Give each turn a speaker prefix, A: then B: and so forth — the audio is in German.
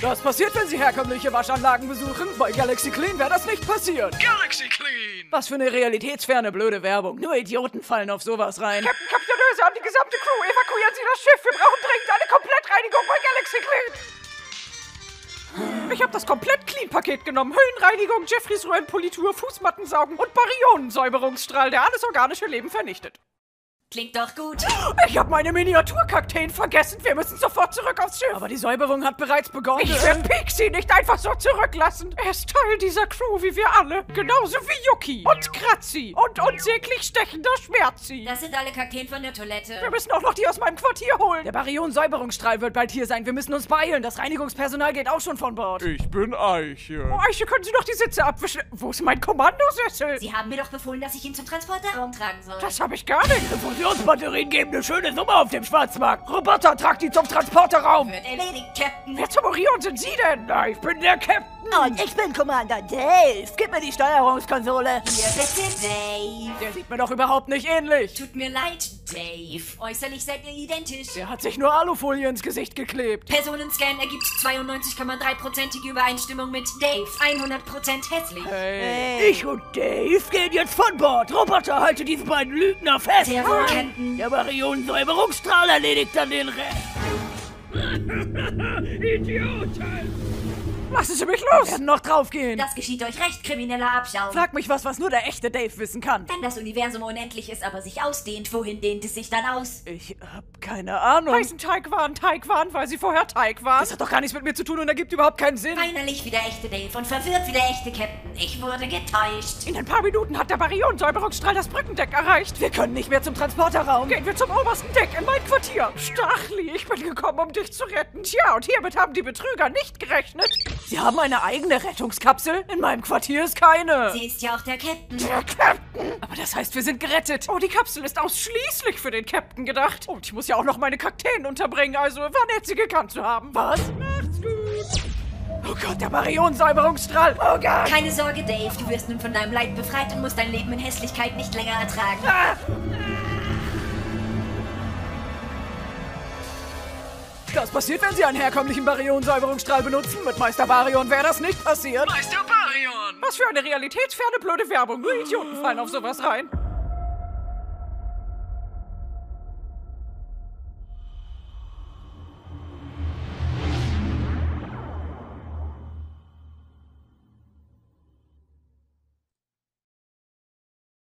A: Das passiert, wenn Sie herkömmliche Waschanlagen besuchen. Bei Galaxy Clean wäre das nicht passiert.
B: Galaxy Clean!
A: Was für eine realitätsferne blöde Werbung. Nur Idioten fallen auf sowas rein.
C: Captain Kapitänöse an die gesamte Crew. Evakuieren Sie das Schiff. Wir brauchen dringend eine Komplettreinigung bei Galaxy Clean. Ich habe das komplett Clean-Paket genommen. Höhenreinigung, Jeffreys Röhrenpolitur, Fußmattensaugen und Baryonensäuberungsstrahl, der alles organische Leben vernichtet.
D: Klingt doch gut.
C: Ich habe meine Miniaturkakteen vergessen. Wir müssen sofort zurück aufs Schiff.
A: Aber die Säuberung hat bereits begonnen.
C: Ich werde Pixie nicht einfach so zurücklassen. Er ist Teil dieser Crew wie wir alle. Genauso wie Yuki und Kratzi und unsäglich stechender Schmerzi.
D: Das sind alle Kakteen von der Toilette.
C: Wir müssen auch noch die aus meinem Quartier
A: Der
C: holen.
A: Baryon-Säuberungsstrahl wird bald hier sein. Wir müssen uns beeilen. Das Reinigungspersonal geht auch schon von Bord.
B: Ich bin Eiche.
C: Oh, Eiche, können Sie noch die Sitze abwischen? Wo ist mein Kommandosessel?
D: Sie haben mir doch befohlen, dass ich ihn zum Transporterraum tragen soll.
C: Das habe ich gar nicht.
A: Fusionsbatterien geben eine schöne Summe auf dem Schwarzmarkt. Roboter, trag die zum Transporterraum.
D: Wird erledigt, Captain.
C: Wer zum Orion sind Sie denn? Na, ich bin der Captain.
E: Und ich bin Commander Dave. Gib mir die Steuerungskonsole.
D: Hier bitte, Dave.
A: Der sieht mir doch überhaupt nicht ähnlich.
D: Tut mir leid, Dave. Äußerlich seid ihr identisch.
A: Der hat sich nur Alufolie ins Gesicht geklebt.
D: Personenscan ergibt 92,3%ige Übereinstimmung mit Dave. 100% hässlich.
E: Ich und Dave gehen jetzt von Bord. Roboter, halte diese beiden Lügner fest.
D: Sehr wohl, Captain.
E: Der Baryonensäuberungsstrahl erledigt dann den Rest.
C: Lassen Sie mich los.
A: Werden noch draufgehen.
D: Das geschieht euch recht, krimineller Abschaum.
A: Frag mich was, was nur der echte Dave wissen kann.
D: Wenn das Universum unendlich ist, aber sich ausdehnt, wohin dehnt es sich dann aus?
A: Ich hab keine Ahnung.
C: Heißen Teig waren Teig waren, weil Sie vorher Teig waren.
A: Das hat doch gar nichts mit mir zu tun und ergibt überhaupt keinen Sinn.
D: Weinerlich wie der echte Dave und verwirrt wie der echte Captain. Ich wurde getäuscht.
C: In ein paar Minuten hat der Baryonsäuberungsstrahl das Brückendeck erreicht.
A: Wir können nicht mehr zum Transporterraum.
C: Gehen wir zum obersten Deck in mein Quartier. Stachli, ich bin gekommen, um dich zu retten. Tja, und hiermit haben die Betrüger nicht gerechnet.
A: Sie haben eine eigene Rettungskapsel? In meinem Quartier ist keine.
D: Sie ist ja auch der Captain.
C: Der Captain!
A: Aber das heißt, wir sind gerettet.
C: Oh, die Kapsel ist ausschließlich für den Captain gedacht. Und ich muss ja auch noch meine Kakteen unterbringen, also war nett, sie gekannt zu haben. Was? Macht's gut!
A: Oh Gott, der Baryonsäuberungsstrahl. Oh Gott.
D: Keine Sorge, Dave, du wirst nun von deinem Leid befreit und musst dein Leben in Hässlichkeit nicht länger ertragen.
C: Ah.
A: Das passiert, wenn Sie einen herkömmlichen Baryonsäuberungsstrahl benutzen. Mit Meister Baryon wäre das nicht passiert.
B: Meister Barion!
C: Was für eine realitätsferne blöde Werbung. Nur Idioten fallen auf sowas rein.